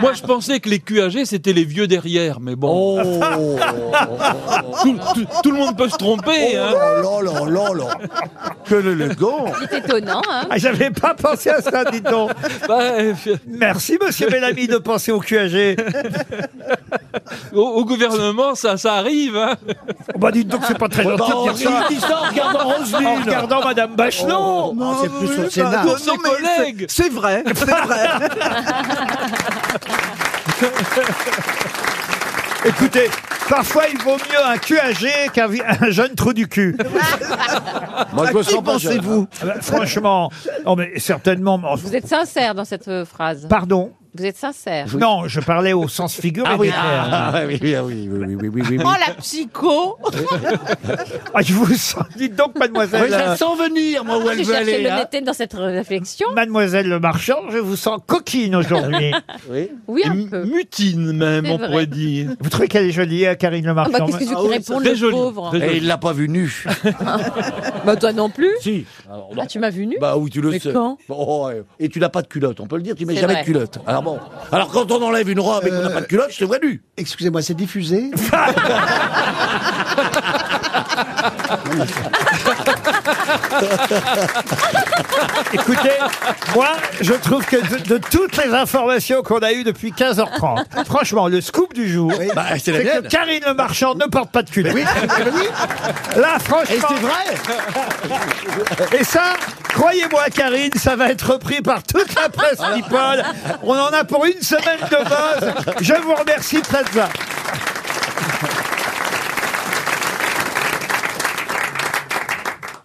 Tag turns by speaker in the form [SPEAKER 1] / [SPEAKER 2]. [SPEAKER 1] Moi, je pensais que les QAG, c'était les vieux derrière, mais
[SPEAKER 2] Oh.
[SPEAKER 1] bon. tout, tout- tout le monde peut se tromper. hein.
[SPEAKER 2] Oh là là là là Que l'élégant
[SPEAKER 3] C'est étonnant, hein
[SPEAKER 4] Ah, J'avais pas pensé à ça, dit-on.
[SPEAKER 1] Bah, euh,
[SPEAKER 4] Merci, monsieur Bellamy, de penser au QAG.
[SPEAKER 1] au, au gouvernement, ça, ça arrive. hein.
[SPEAKER 4] Oh, bah, dites donc, c'est pas très gentil de dire ça.
[SPEAKER 2] bah, dit ça en regardant
[SPEAKER 4] En
[SPEAKER 2] Roselyne
[SPEAKER 4] regardant Madame Bachelot.
[SPEAKER 2] Oh, C'est plus son Sénat
[SPEAKER 1] Tous ses collègues.
[SPEAKER 2] bah, Euh, C'est vrai, c'est vrai
[SPEAKER 4] Écoutez, parfois, il vaut mieux un QAG qu'un vi- un jeune trou du cul.
[SPEAKER 2] Moi je me sens pas vous
[SPEAKER 4] Ah bah, Franchement. Non, mais certainement. mais-
[SPEAKER 3] Vous êtes sincère dans cette euh, phrase.
[SPEAKER 4] Pardon.
[SPEAKER 3] Vous êtes sincère.
[SPEAKER 4] Non, je parlais au sens figuré. du terme.
[SPEAKER 2] Ah oui, oui, oui, oui, oui, oui, oui.
[SPEAKER 3] la psycho
[SPEAKER 4] Ah, je vous sens. Dites donc, mademoiselle. euh,
[SPEAKER 2] sens venir, moi,
[SPEAKER 3] Je cherchais l'honnêteté dans cette réflexion.
[SPEAKER 4] Mademoiselle Le Marchand, je vous sens coquine aujourd'hui.
[SPEAKER 3] Oui, un
[SPEAKER 1] M-
[SPEAKER 3] peu.
[SPEAKER 1] Mutine, même,
[SPEAKER 3] C'est
[SPEAKER 1] on
[SPEAKER 3] vrai.
[SPEAKER 1] pourrait dire.
[SPEAKER 4] Vous trouvez qu'elle est jolie, euh, Karine Le
[SPEAKER 3] Ah bah,
[SPEAKER 4] Marchand
[SPEAKER 3] Qu'est-ce que tu
[SPEAKER 2] Ah
[SPEAKER 3] peux
[SPEAKER 2] oui,
[SPEAKER 3] répondre,
[SPEAKER 1] Très
[SPEAKER 3] le
[SPEAKER 1] joli.
[SPEAKER 3] pauvre
[SPEAKER 1] très
[SPEAKER 2] Et
[SPEAKER 1] joli.
[SPEAKER 2] il l'a pas vu nu.
[SPEAKER 3] Bah toi non plus
[SPEAKER 2] Si.
[SPEAKER 3] Ah, tu m'as vu nu
[SPEAKER 2] Bah oui, tu le
[SPEAKER 3] Mais
[SPEAKER 2] sais.
[SPEAKER 3] quand
[SPEAKER 2] Oh, ouais. Et tu n'as pas de culotte, on peut le dire, tu mets
[SPEAKER 3] C'est
[SPEAKER 2] jamais
[SPEAKER 3] vrai.
[SPEAKER 2] de culotte. Alors bon. Alors quand on enlève une robe et qu'on n'a pas de culotte, je te vois nu.
[SPEAKER 5] Excusez-moi, c'est diffusé
[SPEAKER 4] Écoutez, moi, je trouve que de, de toutes les informations qu'on a eues depuis 15h30, franchement, le scoop du jour,
[SPEAKER 2] Bah c'est
[SPEAKER 4] c'est
[SPEAKER 2] la
[SPEAKER 4] que
[SPEAKER 2] mienne.
[SPEAKER 4] Karine Le Marchand ne porte pas de culotte.
[SPEAKER 2] Oui, oui.
[SPEAKER 4] Là,
[SPEAKER 2] Et c'est
[SPEAKER 4] franchement,
[SPEAKER 2] vrai
[SPEAKER 4] et ça, croyez-moi, Karine, ça va être repris par toute la presse people. On en a pour une semaine de buzz. Je vous remercie, Plaza.